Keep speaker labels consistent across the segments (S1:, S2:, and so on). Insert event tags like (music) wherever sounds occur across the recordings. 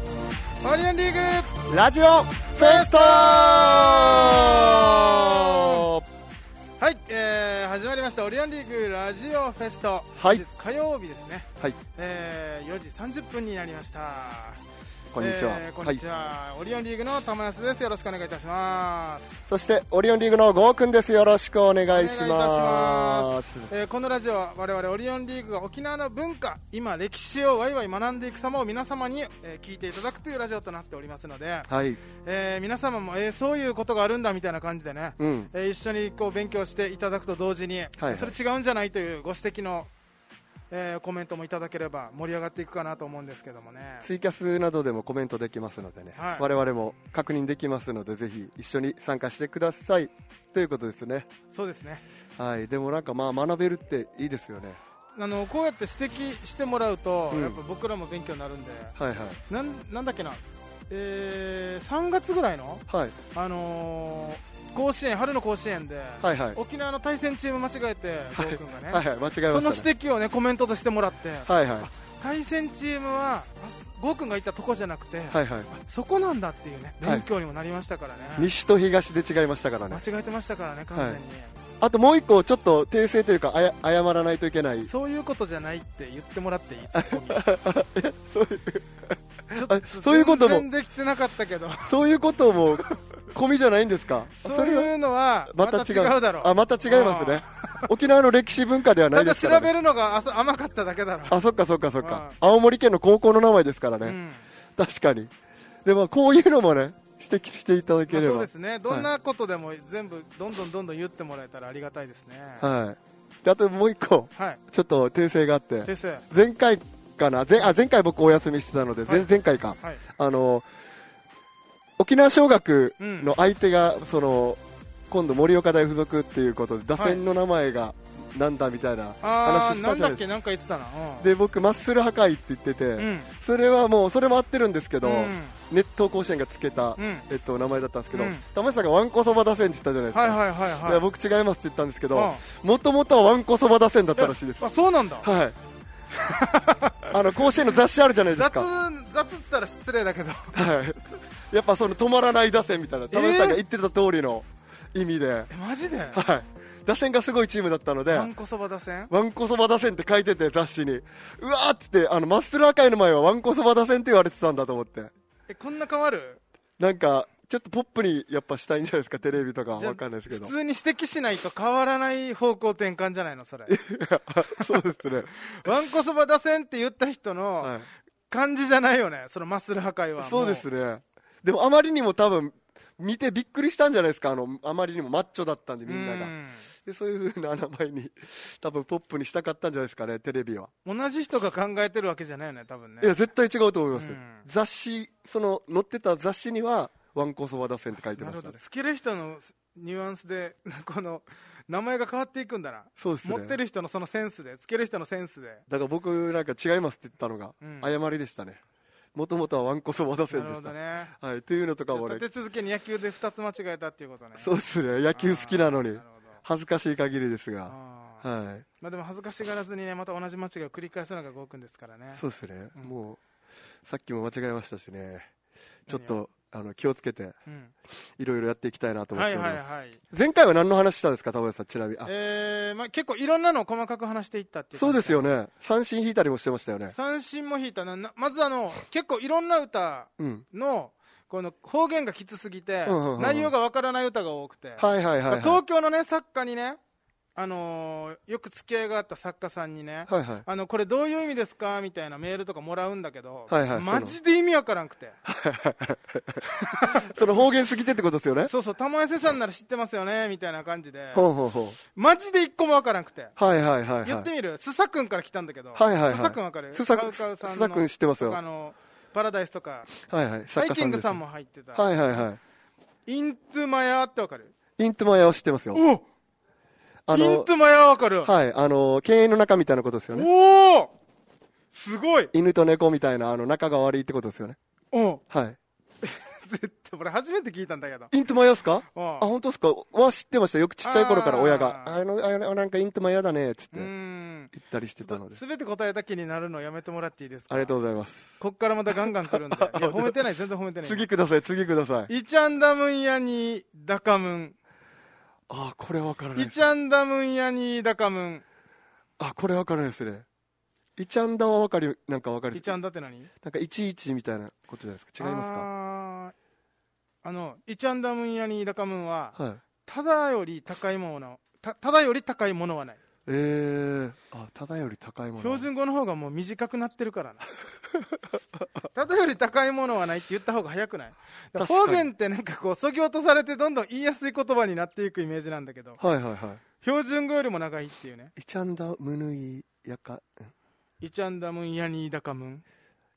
S1: オニオンリーグ
S2: ラジオフェストは
S1: はい、えー、始まりましたオリオンリーグラジオフェスト、
S2: は
S1: 本
S2: い
S1: 日火曜日ですね、
S2: い、
S1: えー、4時30分になりました
S2: こんにちは。
S1: えーこんにち
S2: はい、
S1: は、オリオンリーグの玉安ですよろしくお願いいたします、
S2: そしてオリオンリーグのゴーくんです。よろしくお願いし
S1: お願いい
S2: ま
S1: た
S2: す。
S1: えー、このラジオは我々オリオンリーグが沖縄の文化今歴史をワイワイ学んでいく様を皆様に、えー聞いていただくというラジオとなっておりますので、
S2: はい、
S1: えー皆様も、えーそういうことがあるんだみたいな感じでね、
S2: うん、
S1: えー一緒にこう勉強していただくと同時に、
S2: はい
S1: それ違うんじゃないというご指摘の、えーコメントもいただければ盛り上がっていくかなと思うんですけどもね
S2: ツイキャスなどでもコメントできますのでね、
S1: はい
S2: 我々も確認できますので、ぜひ一緒に参加してくださいということですね。
S1: そうですね
S2: はい、でもなんかまあ学べるっていいですよね。
S1: あのこうやって指摘してもらうと、
S2: うん
S1: やっぱ僕らも勉強になるんで
S2: はいはい
S1: なんなんだっけな、えー3月ぐらいの、
S2: はい
S1: あのー甲子園春の甲子園で、
S2: はいはい
S1: 沖縄の対戦チーム間違えて、ゴー君がね、
S2: はいはい間違え
S1: そ
S2: ま
S1: の
S2: したね。
S1: 指摘を、ね、コメントとしてもらって、
S2: はいはい
S1: 対戦チームはあゴー君がいたとこじゃなくて、
S2: はいはい。
S1: そこなんだっていうね
S2: はい
S1: 勉強にもなりましたからね、
S2: 西と東で違いましたからね
S1: 間。違えてましたからね完全に、
S2: あともう一個ちょっと訂正というかあや謝らないといけない
S1: そういうことじゃないって言ってもらっていいツ
S2: (laughs)
S1: ッコミちょっ
S2: あそういうことも
S1: 全然できてなかったけど
S2: そういうことも込みじゃないんですか
S1: そういうのはま
S2: ま
S1: た
S2: た
S1: 違
S2: 違
S1: う
S2: う
S1: だろ
S2: あまた違いますね沖縄の歴史文化ではな
S1: た
S2: いで
S1: だ
S2: すから、
S1: 調
S2: ね、
S1: べるのがあそ甘かっただけだろ、
S2: あそっかそっかそっか
S1: うん
S2: 青森県の高校の名前ですからね、
S1: うん
S2: 確かにでもこういうのもね指摘していただ
S1: ま
S2: け
S1: あ
S2: れば、
S1: そうですねどんなことでも全部どんどんどんどん言ってもらえたらありがたいですねは
S2: はいであともう一個
S1: い、
S2: ちょっと訂正があって
S1: ですは
S2: 前回かな前あ前回僕お休みしてたので、
S1: はい
S2: 前々回か
S1: い
S2: あの沖縄尚学の相手が、その今度盛岡大附属っていうことで打線の名前がなんだみたいな
S1: あ
S2: 話
S1: あ
S2: し
S1: な
S2: た
S1: ん
S2: じゃ
S1: だ
S2: な
S1: っ
S2: いです
S1: けなんか言ってたな、
S2: か
S1: うん、
S2: で僕マッスル破壊って言ってて、
S1: うん
S2: それはもうそれも合ってるんですけど、
S1: うん
S2: 熱湯甲子園がつけた、
S1: うん
S2: えっと、名前だったんですけど、
S1: うん
S2: 玉井さんがわんこそば打線って言ったじゃないですか、
S1: はいはいはいはい
S2: いや僕違いますって言ったんですけど
S1: う
S2: もともとはわんこそば打線だったらしいです
S1: あそうなんだ
S2: はい
S1: (laughs)
S2: あの甲子園の雑誌あるじゃないです
S1: 雑
S2: か
S1: 雑っつったら失礼だけど
S2: はい、 (laughs) やっぱその止まらない打線みたいな、田辺さんが言ってた通りの意味で、
S1: えマジで
S2: はい、打線がすごいチームだったので、
S1: わ
S2: わ
S1: んこそば打線
S2: んこそば打線って書いてて、雑誌に、うわーって言って、あのマステラー界の前はわんこそば打線って言われてたんだと思って、
S1: えこんな変わる
S2: なんか、ちょっとポップにやっぱしたいんじゃないですか、テレビとか
S1: じゃあ
S2: わかんないですけど
S1: 普、通に指摘しないと変わらない方向転換じゃないのそれ
S2: (laughs) そうで
S1: (laughs)
S2: すね、
S1: わんこそば打線って言った人の
S2: は
S1: 感じじゃないよねそのマッスル破壊
S2: い、
S1: は
S2: そうです
S1: も
S2: ね、でもあまりにも多分見てびっくりしたんじゃないですか、あのあまりにもマッチョだったんで、
S1: う
S2: みんな
S1: う
S2: が。でそういうふうな名前に、 (laughs) 多分ポップにしたかったんじゃないですかね、テレビは。
S1: 同じ人が考えてるわけじゃないよね多分ね
S2: いや、絶対違うと思います
S1: う
S2: よ、
S1: ん
S2: 雑誌、その載ってた雑誌には、わんこそば打線って書いて
S1: な
S2: ま
S1: るほ
S2: した
S1: ど
S2: ね、
S1: つける人のニュアンスで (laughs) この名前が変わっていくんだな
S2: そうですね
S1: 持ってる人のそのセンスでつける人のセンスで
S2: だから僕なんか違いますって言ったのが
S1: うん、
S2: 誤りでしたね、もともとはわんこそば打
S1: な
S2: 線
S1: る
S2: で
S1: ほ
S2: した。
S1: どね
S2: はい、というのとかもね
S1: 立、て続けに野球で2つ間違えたっていうことね
S2: そうですね、野球好きなの
S1: あー
S2: に
S1: る、ほど
S2: 恥ずかしい限りですが、
S1: あー
S2: は
S1: まあでも恥ずかしがらずにねまた同じ間違いを繰り返すのがゴーくんですからね
S2: い、そうですね、
S1: うん
S2: もう、さっきも間違えましたしね、ちょっ
S1: 何
S2: とあの気をつけて、
S1: うん
S2: いろいろやっていきたいなと思っ
S1: は
S2: て
S1: い
S2: おりま
S1: は
S2: す。
S1: いはい
S2: 前回は何の話したんですか、田辺さん、ちなみに。あ
S1: えーまあ結構いろんなのを細かく話していったっていう
S2: そうです
S1: よ
S2: よね、三振引いたりもしてましたよね。
S1: 三振も引いたななまずあの結構いろんな歌
S2: うん、
S1: のこの方言がきつすぎて、
S2: うんうんうん
S1: 内容がわからない歌が多くて、
S2: はいはいはい、はい。
S1: 東京のね作家にね、あのーよく付き合いがあった作家さんにね、
S2: はいはい。
S1: あのこれどういう意味ですかみたいなメールとかもらうんだけど、
S2: はいはい
S1: マジで意味わからんくて
S2: その方言すぎてってことですよね。
S1: そうそう玉井瀬さんなら知ってますよねみたいな感じで
S2: ほうほうほ
S1: マジで一個もわからんくて
S2: う。はいはいはい
S1: 言
S2: は
S1: って
S2: い。
S1: みる須佐君から来たんだけど
S2: はいはいはい
S1: 須佐君わかる
S2: 須佐
S1: カウカウさんの
S2: 須佐君知ってますよ
S1: とかあのパラダイスとか
S2: はいはい。
S1: ハ
S2: 作
S1: イ
S2: 家
S1: キ
S2: さ
S1: ン
S2: んで
S1: グ
S2: す
S1: さんも入ってた、
S2: はいはいは
S1: イントゥマヤーってわかる
S2: い。イントゥマヤを知ってますよ。
S1: お
S2: あ
S1: イン
S2: の
S1: ト、ゥマヤーわかる、
S2: はい、あの、犬猿の中みたいなことですよね。
S1: おおすごい
S2: 犬と猫みたいな、あの、仲が悪いってことですよね。
S1: おう
S2: はい。
S1: 絶対俺初めて聞いたんだけど
S2: イントゥマヤですか
S1: おう
S2: あ、本当ですかは知ってました。よくちっちゃい頃から親が。
S1: あ
S2: あの、あの、なんかイントゥマヤだね、つっ
S1: うー
S2: て。
S1: んうん
S2: 行ったりしてたので、
S1: すべて答えだけになるのやめてもらっていいですか
S2: ありがと
S1: う
S2: うございます
S1: こっからまたガンガン来
S2: (laughs)
S1: るんでいや褒めてない全然褒めてない
S2: 次ください次ください
S1: イチャンダムンヤニーダカムン
S2: ああこれわからない
S1: イ
S2: です
S1: チャンダムンヤニーダカムン
S2: あこれわからないですねイチャンダはわかりなんかわかる
S1: イチャンダって何違い
S2: なんかいちいちみたいなことじゃないですか違いますか
S1: かあのイチャンダムンヤニーダカムンは
S2: はい
S1: ただより高いものたただより高いものはない
S2: えー、あただより高いもの
S1: 標準語の方がもう短くなってるからな (laughs) ただより高いものはないって言った方が早くない
S2: 確かに
S1: 方言ってなんかこうそぎ落とされてどんどん言いやすい言葉になっていくイメージなんだけど
S2: はいはいは
S1: 標準語よりも長いっていうね
S2: いイチャンダムヌイヤカん
S1: イチャンダムンヤニーダカムン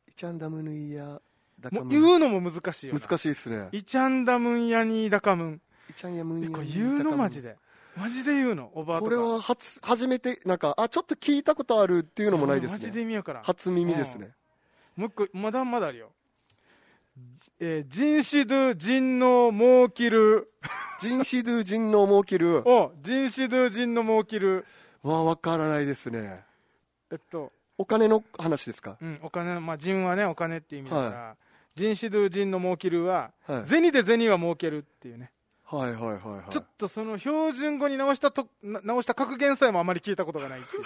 S2: イチャンダムヌイヤダカ
S1: もう
S2: ム
S1: 言
S2: ン
S1: うのも難しいよな
S2: 難しいですね
S1: イチャンダムンヤニーダカムン
S2: イチャンヤムン
S1: で
S2: ヤ
S1: これ言うのマジでマジで言うのおばあと
S2: こ
S1: か
S2: れは初初めてなんかあちょっと聞いたことあるっていうのもないで
S1: マ
S2: す
S1: ジ
S2: ね
S1: で見やから
S2: 初耳ですね
S1: もう一個まだまだあるよえー人種ド人のもうきる
S2: 人種ドゥ人能も起きる
S1: お人種ド人のもうきる
S2: わわからないですね
S1: えっと、
S2: お金の話ですか
S1: うん、お金まあ人はねお金っていう意味だから、人種ド人のもうきるは
S2: はい
S1: 銭で銭は儲けるっていうね、
S2: はいはいはいはい
S1: ちょっとその標準語に直したとな直した格言さえもあまり聞いたことがないっていう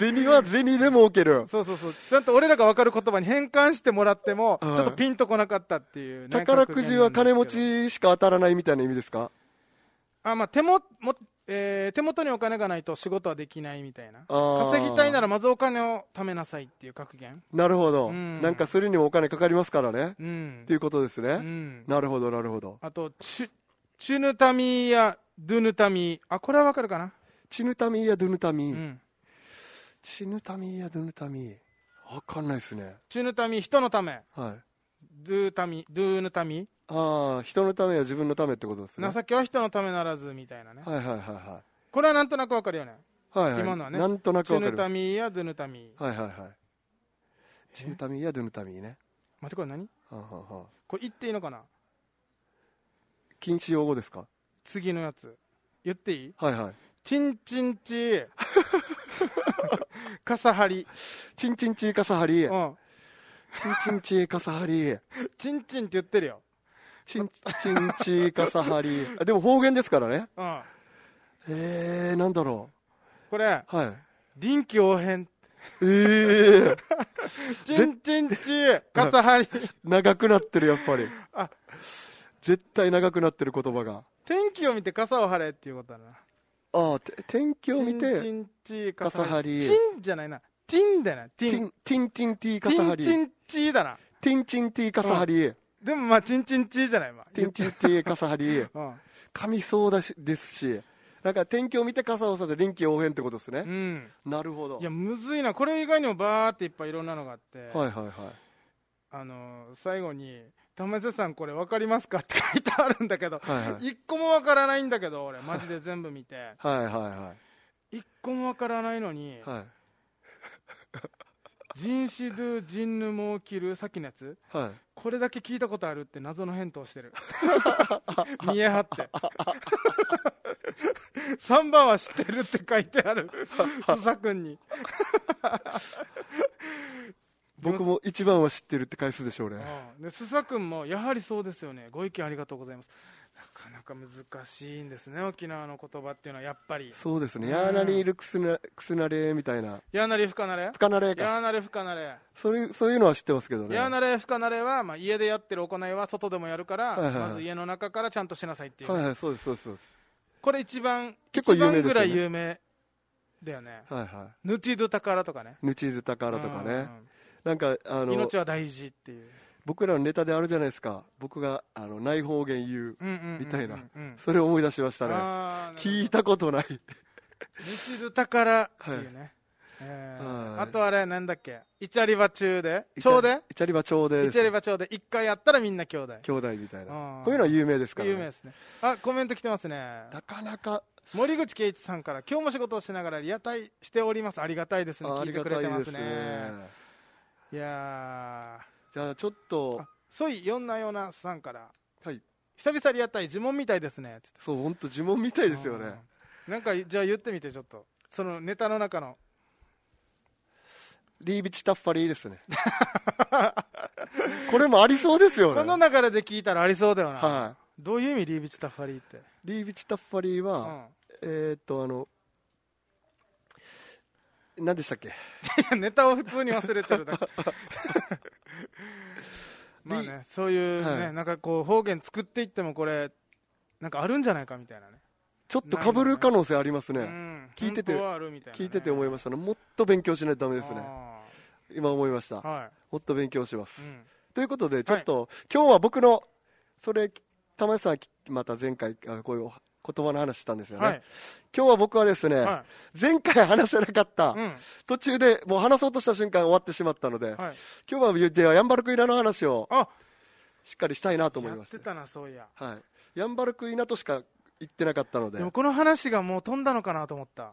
S2: 銭は銭でも起
S1: (laughs)
S2: きる
S1: そうそうそうちゃんと俺らが分かる言葉に変換してもらっても、
S2: はい
S1: ちょっとピンとこなかったっていうね、
S2: 宝くじは金持
S1: 格言なんです
S2: ちしか当たらないみたいな意味ですか
S1: けどあ、まあ、手もも、えー手元にお金がないと仕事はできないみたいな
S2: あー
S1: 稼ぎたいならまずお金を貯めなさいっていう格言
S2: なるほど、
S1: うん
S2: なんかそれにもお金かかりますからね、
S1: うん
S2: っていうことですね、
S1: うん
S2: なるほどなるほど
S1: あと、チュ、チュヌタミやドゥヌタミ。あ、これはわかるかな
S2: チヌタミーやドゥヌタ
S1: う
S2: ミー、
S1: ん。
S2: チヌタミーやドゥヌタミーわかんないですね
S1: チュヌタミ、人のため。
S2: はい
S1: ドゥタミ、ドゥヌタミ。
S2: ああ人のためや自分のためってことですね
S1: 情けは人のためならず、みたいなね。
S2: はいはいはいは
S1: これはなんとなくわかるよね。
S2: いはいはい
S1: 今のはね
S2: なんとなく
S1: チュ
S2: わか
S1: ヌ
S2: りま
S1: タ
S2: す
S1: ミやドゥヌタミ。
S2: はいはいはいチヌタミーやドゥヌタミーね
S1: 待って、これ何
S2: はんはんはん
S1: これ言っていいのかな
S2: 禁止用語ですか
S1: 次のやつ。言っていい
S2: はいはい
S1: チンチン (laughs) チ。傘張り。
S2: チンチンチーカサハリチン
S1: うん。
S2: チンチーカサ
S1: (laughs)
S2: ハリ
S1: チンチンって言ってるよ。
S2: チンチンチーカサハリ
S1: (laughs)
S2: あでも方言ですからね
S1: うん。
S2: えー、なんだろ
S1: これ、
S2: うはい
S1: (laughs) 臨機応変。
S2: えー、
S1: チンチンチ。傘張り。
S2: 長くなってるやっぱり
S1: あ
S2: 絶対長くなってる言葉が
S1: 天気を見て傘を張れっていうことだな。
S2: ああて天気を見
S1: チ
S2: て
S1: ンチンチー傘
S2: 傘張
S1: 張
S2: り
S1: り。チンじゃないな。ティンだな。テ
S2: テ
S1: ィン。
S2: ィンティンティンティー
S1: テ
S2: カサ
S1: ィ
S2: ハ
S1: ン
S2: リ
S1: チンチーだな。
S2: ティンチンティーカサハリ
S1: でもまあ、チンチンチーじゃない、今。
S2: ティンチンティーカサハリ
S1: うん。
S2: 噛みそうだしですしなんか天気を見て傘をさて臨機応変ってことです
S1: う
S2: ね
S1: ん。
S2: なるほど
S1: いや、むずいな。これ以外にもバーっていっぱいいろんなのがあって。
S2: はいはいはい
S1: あのー、最後に、為瀬さんこれ分かりますかって書いてあるんだけど。
S2: はいはい
S1: 一個も分からないんだけど、俺、マジで全部見て。
S2: はいは
S1: 一個も分からないのに
S2: いはい、はい
S1: 人種ドゥ人ヌモーキル、さっきのやつ
S2: はい
S1: これだけ聞いたことあるって謎の返答
S2: (laughs)
S1: してる見え張って3番は知ってるって書いてある須佐君に
S2: 僕も一番は知ってるって返すでしょうね
S1: うんで須佐君もやはりそうですよねご意見ありがとうございますなかなか難しいんですね沖縄の言葉っていうのはやっぱり
S2: そうですね
S1: うん
S2: やーなりいるくすなくすなれみたいな
S1: やなれ不可なれ
S2: 不可なれか
S1: やなれ不可なれ
S2: そういうそういうのは知ってますけどね
S1: やなれ不可なれは、まあ、家でやってる行いは外でもやるから、
S2: はいはいはい
S1: まず家の中からちゃんとしなさいっていうね、
S2: はいはいそうですそうですそうです
S1: これ一番
S2: 結構有名
S1: 一番
S2: ですよ
S1: ぐ
S2: ね
S1: らい有名だよね
S2: はいは
S1: ヌチド宝とかね。
S2: いぬちずたからとかねなんかあ
S1: うん。
S2: の
S1: 命は大事っていう。
S2: 僕らのネタであるじゃないですか僕があのない方言言う
S1: うんうんうんうん
S2: みたいな
S1: うん。
S2: それを思い出しましたね
S1: あー
S2: 聞い。たことない
S1: (laughs) ヌチド宝っていうね。えー
S2: はい
S1: あとあれ、なんだっけ。イチャリバ中で。
S2: イチャ
S1: 超で
S2: イチャリバちょうで
S1: イ
S2: です
S1: チャリバ中で。一回やったらみんな兄弟。
S2: 兄弟みたいな
S1: あー
S2: こういうのは有名ですからね
S1: 有名ですね。あ、コメント来てますね。
S2: なかなか
S1: 森口圭一さんから、今日も仕事をしながらリアタイしております。ありがたいですね。
S2: あ
S1: 聞
S2: り
S1: いて
S2: が
S1: くれ
S2: た
S1: て
S2: い
S1: ま
S2: ですす
S1: ね
S2: ね。
S1: いや
S2: じゃあちょっ
S1: ー。
S2: と
S1: あ、ソイヨンナヨナさんから、
S2: はい
S1: 久々リアタイ、呪文みたいですね。つって
S2: そう本当呪文みたいですよね
S1: うんなんかじゃあ言ってみてちょっとそのネタの中の
S2: リービチタッファリーですね (laughs) これもありそうですよね
S1: この流れで聞いたらありそうだよな、
S2: は
S1: どういう意味リービチタッファリーって、
S2: い、リービチタッファリー
S1: うん
S2: は、えーっとあの何でしたっ
S1: (laughs)
S2: け
S1: いやネタを普通に忘れてるだ
S2: (laughs)
S1: けまあねそういうね、
S2: はい
S1: なんかこう方言作っていってもこれなんかあるんじゃないかみたいなね
S2: ちょっとかぶる可能性ありますね
S1: うん
S2: 聞いてて
S1: 本当はあるみたいなね、
S2: 聞いてて思いま
S1: し
S2: したねもっと勉強しないとダメ
S1: た
S2: ですね今思いましたも
S1: は
S2: っと勉強しま
S1: い、
S2: す、
S1: うん
S2: ということでちょっと、今日は僕のそれ玉井さんまた前回あこういう言葉の話したんですよね、
S1: はい、
S2: 今日は僕はですね、
S1: は
S2: 前回話せなかった、
S1: い、うん、
S2: 途中でもう話そうとした瞬間終わってしまったので、
S1: はい、
S2: 今日はじゃあヤンバルクイナの話を
S1: あ
S2: しっかりしたいなと思い
S1: や
S2: ま
S1: っ
S2: して
S1: てたなそういや
S2: はい、ヤンバルクイナとしか言ってなかったので
S1: でもこの話がもう飛んだのかなと思った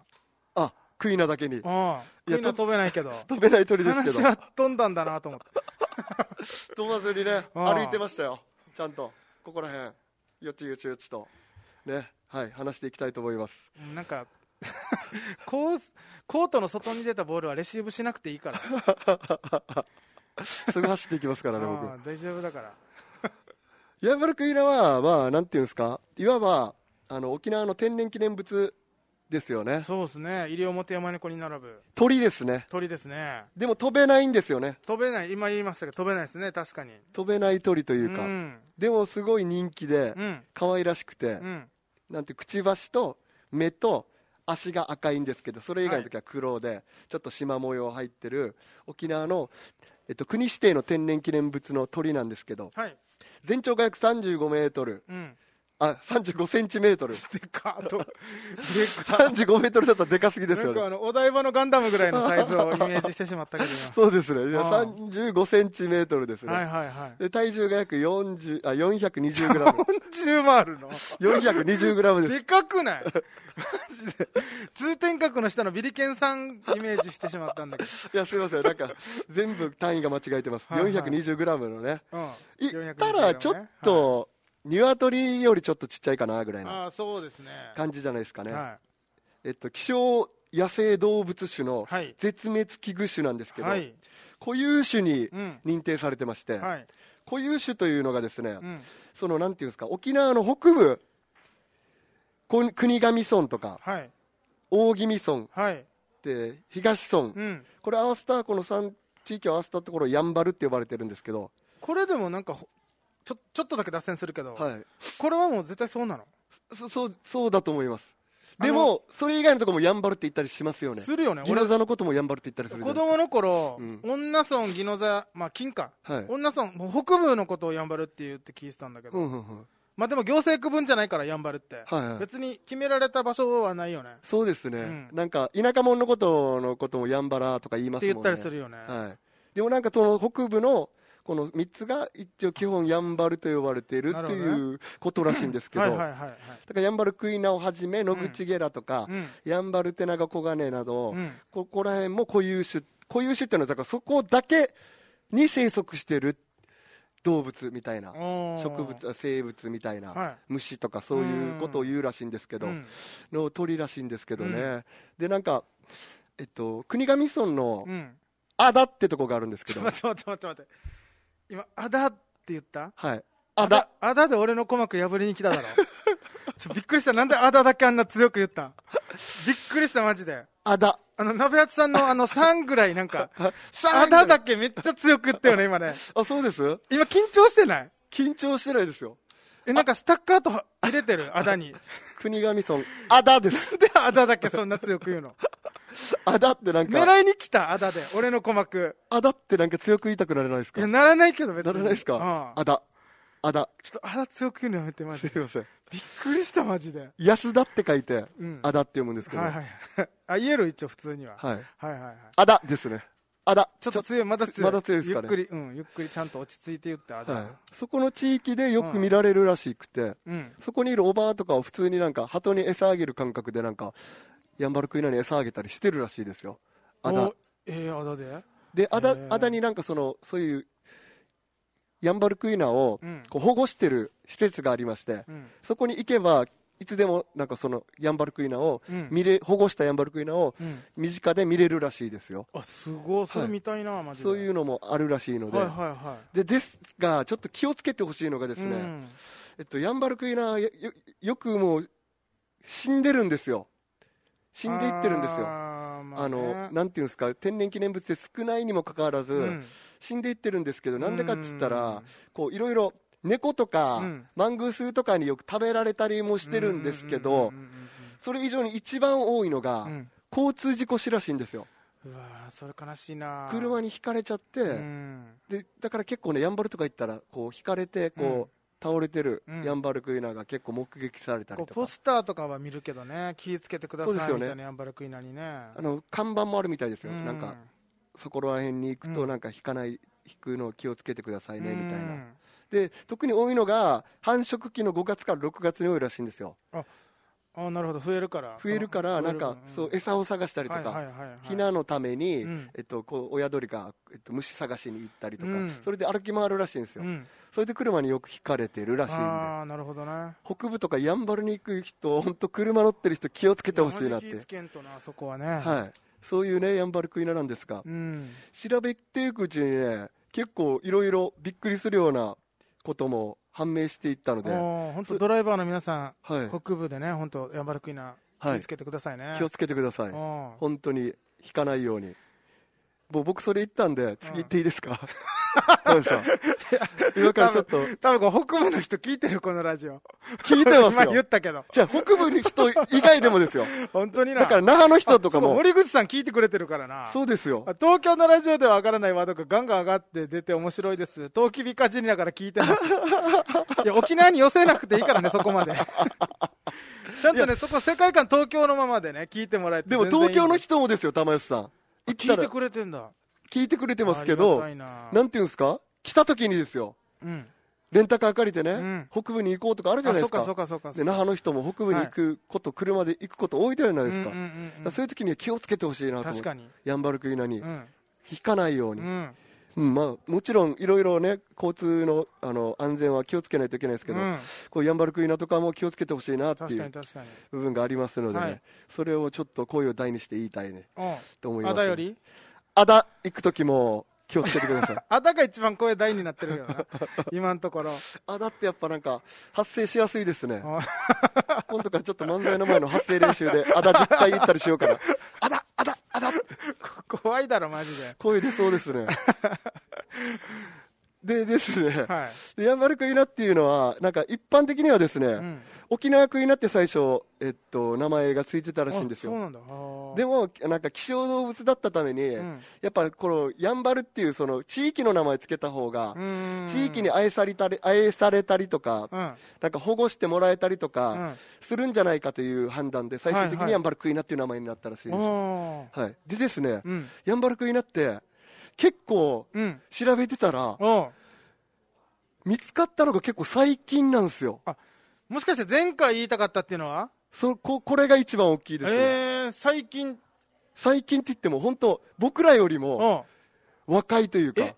S2: あクイナだけに
S1: ああ
S2: いや
S1: みんな飛べないけど
S2: 飛べない鳥ですけど
S1: 話は飛んだんだなと思った
S2: 飛ばずにね
S1: ああ
S2: 歩いてましたよちゃんとここら辺よちよちよちとねはい話していきたいと思います
S1: うんなんか
S2: (laughs)
S1: コースコートの外に出たボールはレシーブしなくていいから
S2: すぐ走っていきますからね
S1: (laughs)
S2: 僕
S1: ああ大丈夫だから
S2: ヤンバルクイナはまあなんていうんですかいわばあの沖縄の天然記念物ですよね
S1: そうですね西表山猫に並ぶ
S2: 鳥ですね
S1: 鳥ですね
S2: でも飛べないんですよね
S1: 飛べない今言いましたけど飛べないですね確かに
S2: 飛べない鳥というか、
S1: ん
S2: でもすごい人気で
S1: うん
S2: 可愛らしくて、
S1: うん
S2: なんてくちばしと目と足が赤いんですけどそれ以外の時は黒で、ちょっと縞模様入ってる沖縄の、えっと、国指定の天然記念物の鳥なんですけど
S1: はい
S2: 全長が約35メートル
S1: うん
S2: あ35センチメートル
S1: でかっとでかっ
S2: 35メートルだったらでかすぎ (laughs) です
S1: な
S2: よ
S1: んかあ
S2: ね
S1: のお台場のガンダムぐらいのサイズをイメージしてしまったけど今
S2: そうですねいや
S1: ああ
S2: 35センチメートルです (laughs) ね、
S1: はいはいはい。
S2: で体重が約40あ420グラム
S1: 40もあ
S2: (laughs)
S1: るの
S2: 420グラムです
S1: でかくないマ (laughs) ジで。通天閣の下のビリケンさんイメージしてしまったんだけ
S2: いやすいませんなんか全部単位が間違えてます
S1: はいはい
S2: 420グラムのね
S1: ど。うん。
S2: 行
S1: 420
S2: ったらちょっと、鶏よりちょっとちっちゃいかなぐらい
S1: はい
S2: な
S1: ああ、そうですね。
S2: 感じじゃないですかね、
S1: は
S2: えっと、希少野生動物種の
S1: はい
S2: 絶滅危惧種なんです
S1: い。
S2: けど、
S1: はい。
S2: 固有種に
S1: うん。
S2: 認定されてまして、
S1: はい。
S2: 固有種というのがですね、
S1: うん。
S2: そのなんていうんですか沖縄の北部こん国頭村とか
S1: はい。
S2: 大宜味村
S1: はい。
S2: で東村、
S1: うん。
S2: これ合わせたこの3地域を合わせたところやんばるって呼ばれてるんですけど、
S1: これでもなんかほ、ちょ、ちょっとだけ脱線するけど、
S2: はい、
S1: これはもう絶対そうなの。
S2: そそうそうだと思います
S1: あの
S2: でもそれ以外のとこもやんばるって言ったりしますよね
S1: するよね。
S2: ギ
S1: 俺
S2: ノ、ザのこともやんばるって言ったりするじ
S1: 子
S2: ゃないで
S1: 供の頃、
S2: うん
S1: 女村、宜野座、まあ、金か。
S2: すかはい
S1: 女村、もう北部のことをやんばるって言って聞いてたんだけど、
S2: うんうんうん
S1: まあでも行政区分じゃないからやんばるって、
S2: はいはい
S1: 別に決められた場所はないよね
S2: そうですね、
S1: うん
S2: なんか田舎者のことのこともやんばらとか言いま
S1: っ
S2: す
S1: て
S2: もんね
S1: 言ったりするよね、
S2: はい、でもなんかその北部のこの3つが一応基本やんばると呼ばれている
S1: なる
S2: と
S1: ほどね
S2: いうことらしいんですけど
S1: はいはいはいはい
S2: だからやんばるクイナをはじめ野口ゲラとか、
S1: うん
S2: やんばるテナガコガネなど、
S1: うん
S2: ここら辺も固有種固有種っていうのはだからそこだけに生息してる動物みたいな
S1: おー
S2: 植物あ生物みたいな、
S1: はい
S2: 虫とかそういうことを言うらしいんですけど、
S1: うん
S2: の鳥らしいんですけどね、でなんか、えっと、国頭村の
S1: うん
S2: 「あだ」ってとこがあるんですけ
S1: ちょ
S2: ど
S1: っと待って待って待って待って今「あだ」って言った
S2: はい「あだ」
S1: あだで俺の鼓膜破りに来ただろ
S2: (laughs)
S1: ちょびっくりしたなんであだだけあんな強く言ったびっくりしたマジで
S2: 「あだ
S1: あの鍋厚さんのあの3ぐらいなんか
S2: (laughs) 三
S1: あだだけめっちゃ強く言ったよね今ね」
S2: あそうです
S1: 今緊張してない
S2: 緊張してないですよ
S1: えなんかスタッカーと入れて
S2: (laughs)
S1: るあだに
S2: 国頭村「あだ」で
S1: (laughs)
S2: す
S1: で、あだだけそんな強く言うの。
S2: 「あだ」ってなんか
S1: 狙いに来た、あだで。俺の鼓膜。
S2: 「あだ」ってなんか強く言いたくなれないです
S1: い
S2: か
S1: や、ならないけど別
S2: な
S1: に。
S2: らないですか「
S1: うん
S2: あだ」「あだ
S1: ちょっとあだ強く言うのやめて、マ」
S2: す
S1: ジ
S2: (laughs) い
S1: で。
S2: ません
S1: びっくりした、マジで。
S2: 「安田」って書いて
S1: うん
S2: 「あだ」って読むんですけど
S1: はいはい。 (laughs) あ、言える一応普通には。
S2: はい
S1: はいはいはい。
S2: 「あだ」ですね「あだ」
S1: ちょっと強い、まだ強い。
S2: まだ強いですか
S1: ゆ
S2: ね
S1: っくり、うん、ゆっくりちゃんと落ち着いて言って、あだ。
S2: はいそこの地域でよく見られるらしくて、
S1: うん。
S2: そこにいるおばあとかを普通になんか鳩に餌あげる感覚でなんかヤンバルクイナに餌あげたりしてるらしいですよアダ
S1: お。えー、あだで
S2: でアダ
S1: へー
S2: アダになんかそのそういうヤンバルクイナを
S1: うん
S2: こう保護してる施設がありまして
S1: うん。
S2: そこに行けばいつでもなんかそのヤンバルクイナを
S1: うん
S2: 見れ、保護したヤンバルクイナを
S1: うん
S2: 身近で見れるらしいですよ
S1: あすごいそれ見たいな、マジで
S2: そういううのもあるらしいので、
S1: はいはいは
S2: でですがちょっと気をつけてほしいのがで
S1: い
S2: すね、
S1: うん
S2: えっと、ヤンバルクイナよよくもう死んでるんですよ死んでいってるんですよ
S1: あ
S2: あ,、
S1: ー、まあね
S2: のなんていうんですか天然記念物で少ないにもかかわらず、
S1: うん
S2: 死んでいってるんですけどなんでかっつったら、
S1: うん
S2: こういろいろ猫とか、
S1: うん
S2: マングースとかによく食べられたりもしてるんですけど、
S1: うんうん
S2: それ以上に一番多いのが、
S1: うんうんうん
S2: 交通事故死らしいんですよ
S1: うんうわーそれ悲しいな
S2: 車
S1: に
S2: にひかれちゃって、
S1: うん
S2: でだから結構ねヤンバルとか行ったらこうひかれて
S1: うん
S2: こう、倒れてる
S1: うん
S2: ヤンバルクイナが結構目撃された
S1: こ
S2: り
S1: う
S2: とか、
S1: ポスターとかは見るけどね気をつけてください
S2: そうですよね
S1: みたいなヤンバルクイナにね
S2: あの看板もあるみたいです
S1: う
S2: よ、なんかそこら辺に行く
S1: う
S2: と
S1: ん
S2: なんか引かない引くのを気をつけてくださいねみたいな、
S1: うん
S2: で特に多いのが繁殖期の5月から6月に多いらしいんですよ
S1: あなるほど増えるから
S2: 増えるからなんかそう餌を探した
S1: た
S2: りとか、
S1: はいはいはいはい、
S2: ヒナのために、
S1: うん
S2: えっと、こう親鳥が、えっと、虫探しに行ったりとか、
S1: うん
S2: それで歩き回るらしいんですよ、
S1: うん
S2: それで車によく引かれてるらしいんで
S1: ああなるほどね
S2: 北部とかやんばるに行く人本当車乗ってる人気をつけてほしいなっ
S1: いやマジ気
S2: て
S1: ぃつ、けんとなそこはね
S2: はい、そういうねやんばるクイナなんですが、
S1: うん
S2: 調べていくうちにね結構いろいろびっくりするようなことも判明していったので、は
S1: 本当ドライバーの皆さん、
S2: い、
S1: 北部でね、本当ヤンバルクイナ、気
S2: はい
S1: をつけてくださいね。
S2: 気をつけてください
S1: うん
S2: 本当に引かないようにもう僕それ言ったんで次行っていいで
S1: (laughs)
S2: すか、タモリさん今からちょっと
S1: 多分これ北部の人聞いてる、このラジオ。
S2: 聞いてま
S1: (laughs)
S2: す
S1: 今言っ
S2: よ
S1: たけど。
S2: じゃあ北部の人以外でもです
S1: (laughs)
S2: よ
S1: 本当にな。
S2: だから那覇の人とか
S1: そう
S2: も
S1: 森口さん聞いてくれてるからな。
S2: そうですよ
S1: あ東京のラジオではわからないワードがガンガン上がって出て面白いです。トウキビカジニだから聞いて
S2: (laughs)
S1: ます。いや、沖縄に寄せなくていいからね、そこま
S2: (laughs)
S1: で。ちゃんとね、そこ世界観東京のままでね、聞いてもらえて
S2: でも
S1: 全然いい
S2: 東
S1: ん
S2: 京の人もですよ玉吉さん行
S1: 聞
S2: っ
S1: い
S2: た
S1: て
S2: ら
S1: くれてんだ。
S2: 聞いてくれてますけ
S1: あ
S2: ど
S1: りがたいな
S2: なんていうんですか来た時にですよ
S1: うん。
S2: レンタカー借りてね、
S1: うん
S2: 北部に行こうとかあるじゃ
S1: あ、
S2: ない
S1: そ
S2: で
S1: う
S2: す
S1: か、そ
S2: か
S1: うか、そうか。
S2: で那覇の人も北部に行くこと、車で行くこと多いじゃないです
S1: う
S2: か,、
S1: んうんうんうん
S2: そういう時には気をつけてほしいなと思
S1: 確
S2: う
S1: かに。
S2: ヤンバルクイナに、
S1: うん。
S2: 引かないように、
S1: う
S2: うん
S1: ん。
S2: まあ、もちろんいろいろね交通のあの安全は気をつけないといけないですけど、
S1: うん
S2: こうヤンバルクイナとかも気をつけてほしいなって
S1: 確
S2: い
S1: かに
S2: う
S1: 確かに。
S2: 部分がありますので、ね
S1: はい
S2: それをちょっと声を大にして言いたいね
S1: う
S2: と思
S1: ん。
S2: います
S1: あだより
S2: あだ行く時も気をつけてください
S1: あだが一番声大になってるけどな。今のところ。
S2: (laughs)
S1: (laughs)
S2: あだってやっぱなんか発生しやすいですね
S1: あ
S2: 今度からちょっと漫才の前の発声練習であだ10回言ったりしようから (laughs) あだあだあだって
S1: こ怖いだろ、マジで。
S2: 声出そうですね (laughs) でですね、
S1: はい。
S2: でヤンバルクイナっていうのはなんか一般的にはですね、
S1: ん
S2: 沖縄クイナって最初、えっと、名前がついてたらしいんです
S1: あそう
S2: よ
S1: なんだ。あー
S2: でもなんか希少動物だったために、
S1: ん
S2: やっぱこのヤンバルっていうその地域の名前つけた方が、
S1: うん
S2: 地域に愛されたり愛されたりとか、
S1: うん。
S2: なんか保護してもらえたりと
S1: う
S2: か
S1: ん
S2: するんじゃないかという判断で最終的
S1: はいは
S2: に
S1: い
S2: ヤンバルクイナっていう名前になったらしいです、はい
S1: おー
S2: でですね、
S1: うん
S2: ヤンバルクイナって結構
S1: うん。
S2: 調べてたら
S1: おう
S2: 見つかったのが結構最近なんですよ
S1: あ、もしかして前回言いたかったっていうのは
S2: そここれが一番大きいですね、
S1: えー、最近。
S2: 最近って言っても本当僕らよりも
S1: おう
S2: 若いというか
S1: え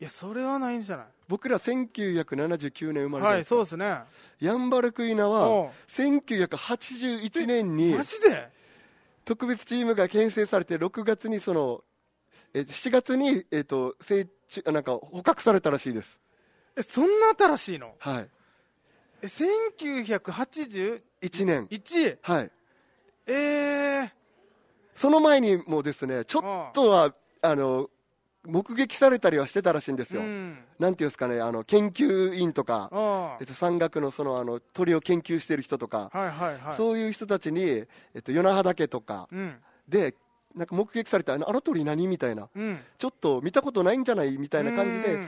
S1: いや、それはないんじゃない
S2: 僕ら1979年生まれ
S1: は
S2: なん
S1: い、
S2: ですよ
S1: そうですね。
S2: ヤンバルクイナ
S1: おう
S2: は1981年に
S1: マジで
S2: 特別チームが編成されて6月にそのえー7月に、えー、と成虫あなんか捕獲されたらしいです、
S1: え、そんな新しいの
S2: はい、
S1: え、1981?
S2: 1年、はい、
S1: ええー。
S2: その前にもですねちょっとはあの目撃されたりはしてたらしいんですよ、
S1: うん。
S2: なんていうんですかねあの研究員とか、
S1: あ
S2: えっと、山岳のそのあの鳥を研究している人とか、
S1: あ。はいはいはい。う。
S2: そういう人たちに、えっと、与那覇岳とか
S1: ん。
S2: でなんか目撃されてあのあの鳥何みたいな
S1: うん。み
S2: ちょっと見たことないんじゃないみたいな感じで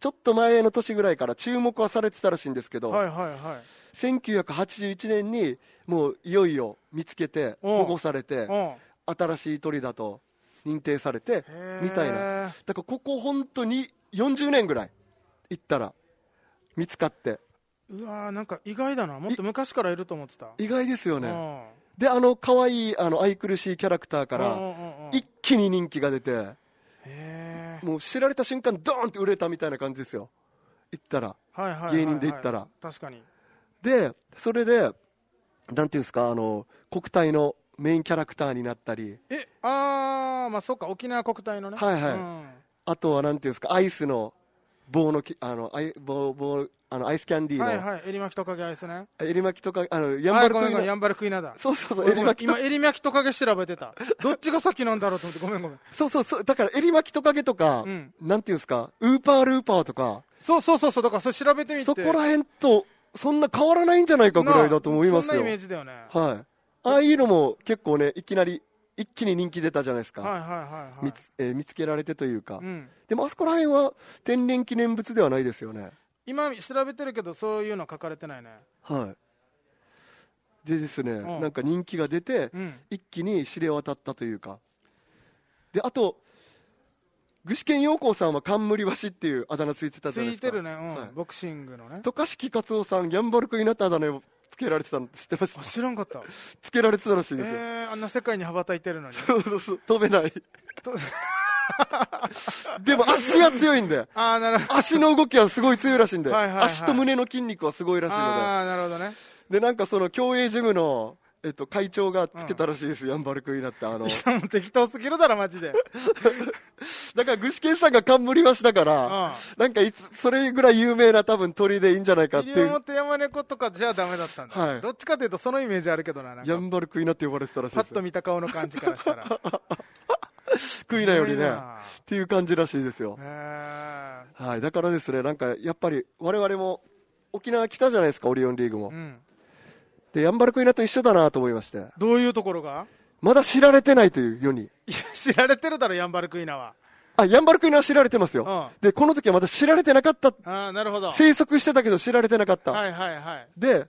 S2: ちょっと前の年ぐらいから注目はされてたらしいんですけど、
S1: はいはいはい。
S2: 1981年にもういよいよ見つけて
S1: おう
S2: 保護されて
S1: うん。
S2: 新しい鳥だと認定されて
S1: へー
S2: みたいなだからここ本当に40年ぐらい行ったら見つかって
S1: うわーなんか意外だな。もっと昔からいると思ってた。
S2: 意外ですよね、
S1: うん
S2: であの可愛いあの愛くるしいキャラクターか
S1: うんう
S2: ら
S1: んうんうん
S2: 一気に人気が出て
S1: へえ。
S2: もう知られた瞬間ドーンって売れたみたいな感じですよ行ったら
S1: はいはいはいはい。
S2: 芸人で言ったら
S1: 確かに。
S2: でそれでなんていうんですかあの国体のメインキャラクターになったり
S1: えあー、まあそっか、沖縄国体のね。
S2: はいはい
S1: うん
S2: あとはなんていうんですかアイスの棒のきあのアイ棒棒あのアイスキャンディーの、
S1: はいはい、エリマキトカゲアイスね。
S2: エリマキとかあのヤン
S1: は
S2: バ
S1: い、
S2: ル
S1: ご
S2: ク
S1: めん
S2: イ
S1: ごめん、
S2: ナ
S1: ヤンバルクイナだ。
S2: そうそうそうエリマキと
S1: 今、エリマキトカゲ調べてた。どっちが先なんだろうと思って、ごめんごめん。
S2: そうそうそうだからエリマキトカゲとか、
S1: うん
S2: なんていうんですかウーパールーパーとか
S1: そうそうそう、そうだからそれ調べてみて。
S2: そこら辺とそんな変わらないんじゃないかぐらいだと思います
S1: なあそん
S2: よ
S1: なイメージだよね。は
S2: はいああいうのも結構ねいきなり一気に人気出たじゃないです
S1: い
S2: か、
S1: はいはいはい。
S2: 見つえー見つけられてというか、
S1: うん。
S2: でもあそこら辺は天然記念物ではないですよね
S1: 今調べてるけど、そういうの書かれてないね。
S2: はいでですね、
S1: ん
S2: なんか人気が出て、
S1: うん。
S2: 一気に知れ渡ったというかであと具志堅用高さんは冠橋っていうあだ名ついてたじ
S1: つ
S2: ゃない
S1: い
S2: ですか
S1: てるね、うん、
S2: はい
S1: ボクシングのね。
S2: 渡嘉敷勝夫さんギャンバルクになったあだ名をつけられてたの知ってました
S1: あ知らんかった。
S2: つけられてたらしい
S1: え
S2: ですよ、
S1: ー、あんな世界に羽ばたいてるのに。
S2: そうそうそう飛べない (laughs) でも足は強いんで
S1: あー、なるほど。
S2: 足の動きはすごい強いらしいんで
S1: はいはいはい
S2: 足と胸の筋肉はすごいらしいの
S1: あー、なるほどね。
S2: ででなんかその競泳ジムの、えっと、会長がつけたらしいです、ヤンバルクイナってあの
S1: いやもう適当すぎるだろ、マジで。
S2: だから具志堅さんが冠橋だから、
S1: う
S2: なんかいつそれぐらい有名な多分鳥でいいんじゃないかっ
S1: ん。
S2: て
S1: 西
S2: いう
S1: 表山猫とかじゃダメだったんだ。
S2: はい
S1: どっちかというと、そのイメージあるけどな。なん
S2: ヤ
S1: か
S2: ンバルクイナって呼ばれてたらしい
S1: パ
S2: で
S1: ッと見た顔の感じから
S2: (laughs)
S1: したら。
S2: すクイナより
S1: いい
S2: ねっ
S1: な
S2: ていう感じらしいですよ
S1: へ、ー
S2: はい、だからですねなんかやっぱり我々も沖縄来たじゃないですかオリオンリーグも、
S1: うん。
S2: でヤンバルクイナと一緒だなと思いまして
S1: どういうところが (laughs)
S2: まだ知られてないという世に
S1: いや知られてるだろ、ヤンバルクイナは。
S2: あヤンバルクイナは知られてますよ、
S1: う
S2: でこの時はまだ知られてなかった
S1: ああ、なるほど。はい
S2: 生息してたけど知られてなかった、
S1: はいはい。
S2: で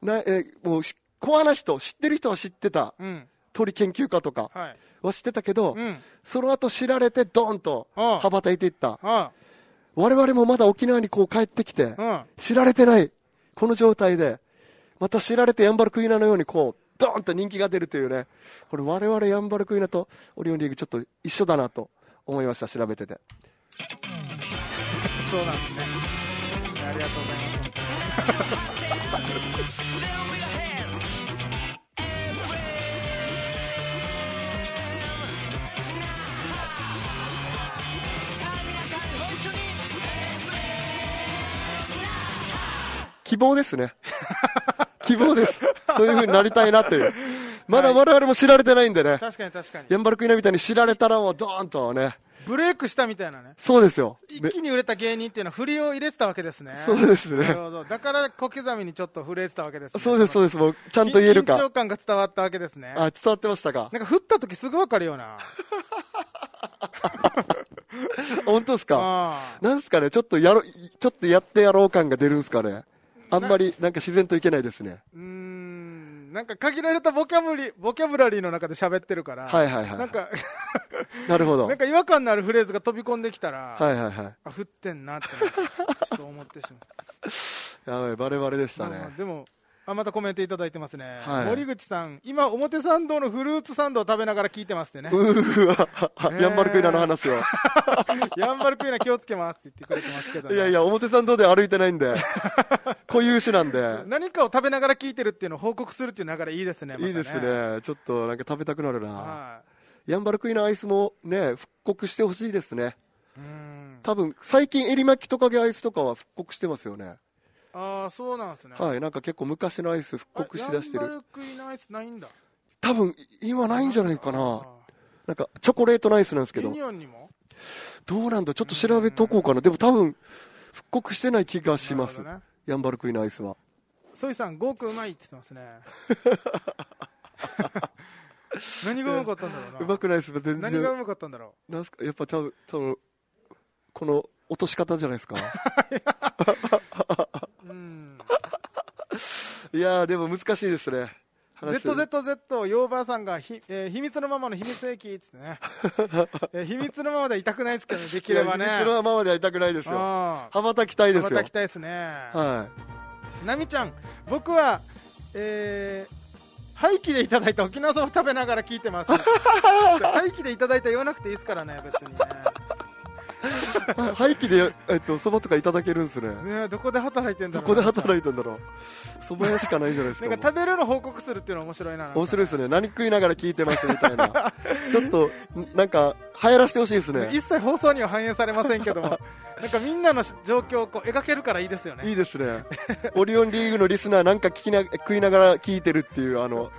S2: なえーもうしコアな人知ってる人は知ってた
S1: うん。
S2: 鳥研究家とか
S1: はい。
S2: は知ってたけど、
S1: うん。
S2: その後知られてドーンと
S1: うん
S2: 羽ばたいていった
S1: あ
S2: 我々もまだ沖縄にこう帰ってきて
S1: あ。うん。
S2: 知られてないこの状態でまた知られてヤンバルクイナのようにこうドーンと人気が出るというねこれ我々ヤンバルクイナとオリオンリーグちょっと一緒だなと思いました調べてて
S1: そうなんですね。ありがとうございます。
S2: 希望で
S1: (laughs)
S2: すね希望ですそういう風になりたいなというまだ我々も知られてないんでね、
S1: 確かに確かに。
S2: ヤンバルクイナみたいに知られたらもうドーンとね
S1: ブレイクしたみたいなね。
S2: そうですよ
S1: 一
S2: め
S1: 気に売れた芸人っていうのは振りを入れてたわけですね。
S2: そうですね
S1: なるほど。だから小刻みにちょっと震えてたわけですね。
S2: そうですそうですもうちゃ
S1: 緊
S2: んと言える
S1: 緊張
S2: か
S1: 感が伝わったわけですね。
S2: あ伝わってましたか
S1: なんか振った時すぐわかるよ
S2: (laughs)
S1: な。
S2: 本当ですか
S1: あ
S2: なんすかねちょっとやろちょっとやってやろう感が出るんすかねあんまりなんか自然といけないですね
S1: ーうーん。なんか限られたボキャブリ、ボキャブラリーの中で喋ってるから。
S2: はいはいはい
S1: なんか、 (laughs)
S2: なるほどは
S1: なん
S2: い
S1: か違和感のあるフレーズが飛び込んできたら、
S2: はいはい
S1: あ、振ってんなってなんか、ちょっと思ってしま
S2: (laughs)
S1: う。
S2: やばいバレバレでした
S1: ま
S2: ね
S1: あまあでも、あ、またコメントいただいてますね。
S2: はい
S1: 森口さん、今、表参道のフルーツサンドを食べながら聞いてます
S2: (laughs)
S1: ってね。
S2: うーわ
S1: ねえ
S2: ヤンバルクイナの話を
S1: ヤンバルクイナ気をつけますって言ってくれてますけど、
S2: い
S1: ね。
S2: やいや表参道で歩いてないんで固有種 (laughs) なんで
S1: 何かを食べながら聞いてるっていうのを報告するっていう流れいいですね、また
S2: いいです。ねちょっとなんか食べたくなるな
S1: は
S2: ヤンバルクイナアイスもね復刻してほしいですね
S1: い。うん。
S2: 多分最近エリマキトカゲアイスとかは復刻してますよね
S1: ああ、そうなんですね。
S2: はいなんか結構昔のアイス復刻しだして
S1: あヤ
S2: る
S1: ンバルクイナアイスないんだ。
S2: 多分今ないんじゃないかな
S1: あ
S2: なんかチョコレートのアイスなんです
S1: ー
S2: け
S1: ユ
S2: ど
S1: ニオンにも
S2: どうなんだちょっと調べとこうかなでも多分復刻してない気がしま
S1: な
S2: す、
S1: るほどね
S2: ヤンバルクイナアイスは
S1: ソイさん、ゴークうまいって言ってますね。
S2: (laughs)
S1: (laughs) 何がうまかったんだろうな。
S2: うまくないです全
S1: 何がう
S2: 然
S1: まかったんだろ
S2: なんすかやっぱちゃう多分この落とし方じゃな
S1: (laughs)
S2: いですか
S1: う。うん。
S2: いやーでも難しいですね話してる
S1: ZZZ ヨーバーさんがひ、えー秘密のままの秘密兵器っつって
S2: (laughs)
S1: ね、えー秘密のままでは痛くないですけどねできればね
S2: いやそのままでやりたくないですよ
S1: ああ
S2: 羽ばたきたいで
S1: ますた
S2: よ
S1: 来たいですね
S2: は
S1: ナミちゃん僕はえー廃棄でいただいた沖縄そば食べながら
S2: (laughs)
S1: 聞いてます廃棄でいただいた言わなくていいですからね別にね
S2: あ廃棄で、えっと、そばとかいただけるんですね。
S1: ねえどこで働いてんだ
S2: ど
S1: ろ
S2: こ
S1: う
S2: で
S1: な
S2: 働いてんだろう。そば屋しかないじゃないですか。
S1: なんか食べるの報告するっていうの面白いななんか
S2: 面白いですね。何食いながら聞いてますみたいな。ちょっと、なんか、流行らしてほしいですね。
S1: 一切放送には反映されませんけど
S2: (laughs)
S1: もなんかみんなの状況をこう描けるからいいですよね
S2: いいですね。オリオンリーグのリスナーなんか聞きな、食いながら聞いてるっていう、あの、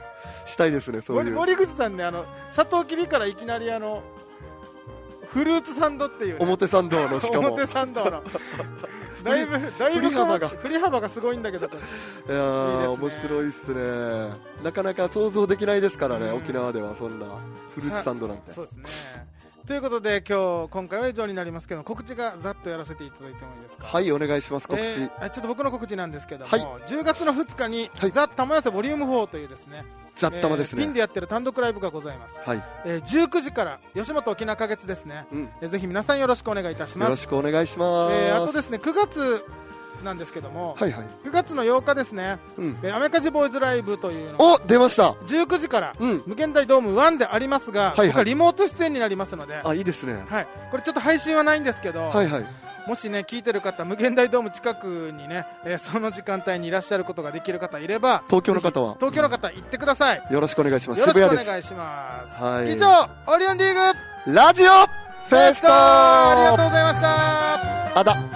S2: したいですね、そうい
S1: 森
S2: う。
S1: 森口さんねあのサトウキビからいきなりあのフルーツサンドっていう、ね、
S2: 表参道のしかも。
S1: 表参道
S2: (laughs)
S1: のだいぶだいぶ
S2: 振り幅が
S1: 細か振り幅がすごいんだけどこれ
S2: いやー
S1: いいですね
S2: 面白いっすねなかなか想像できないですからね、
S1: うん
S2: 沖縄ではそんなフルーツサンドなんて
S1: そうですねということで今日今回は以上になりますけど告知がざっとやらせていただいてもいいですか
S2: はいお願いします告知、
S1: えーあちょっと僕の告知なんですけども、
S2: はい
S1: 10月の2日に「
S2: はい
S1: ザ・玉寄せボリューム4というですね
S2: ざったまで
S1: え
S2: す
S1: ーピン
S2: ね、
S1: でやってる単独ライブがございます、
S2: はい、
S1: えー19時から吉本沖縄花月ですね、
S2: うん、よ
S1: えーぜひ皆さんよろしくお願いいたします
S2: ろしくお願いします、
S1: えーあとですね9月なんですけども、
S2: はいはい、
S1: 9月の8日ですね、
S2: うん、
S1: えーアメカジボーイズライブというのが
S2: お出ました
S1: 19時から、
S2: うん
S1: 無限大ドーム1でありますが、
S2: いはい
S1: 僕はリモート出演になりますので、
S2: あいいですね
S1: はい、これちょっと配信はないんですけど、
S2: はいはい
S1: もしね聞いてる方無限大ドーム近くにね、えーその時間帯にいらっしゃることができる方いれば
S2: 東京の方は
S1: ぜひ東京の方行ってください、
S2: よろしくお願いします
S1: よろし
S2: 渋
S1: くお
S2: 谷で
S1: 願い
S2: す
S1: します、
S2: はい
S1: 以上オリオンリーグ
S2: ラジオフェス
S1: ありがと
S2: ト
S1: うございました
S2: あだ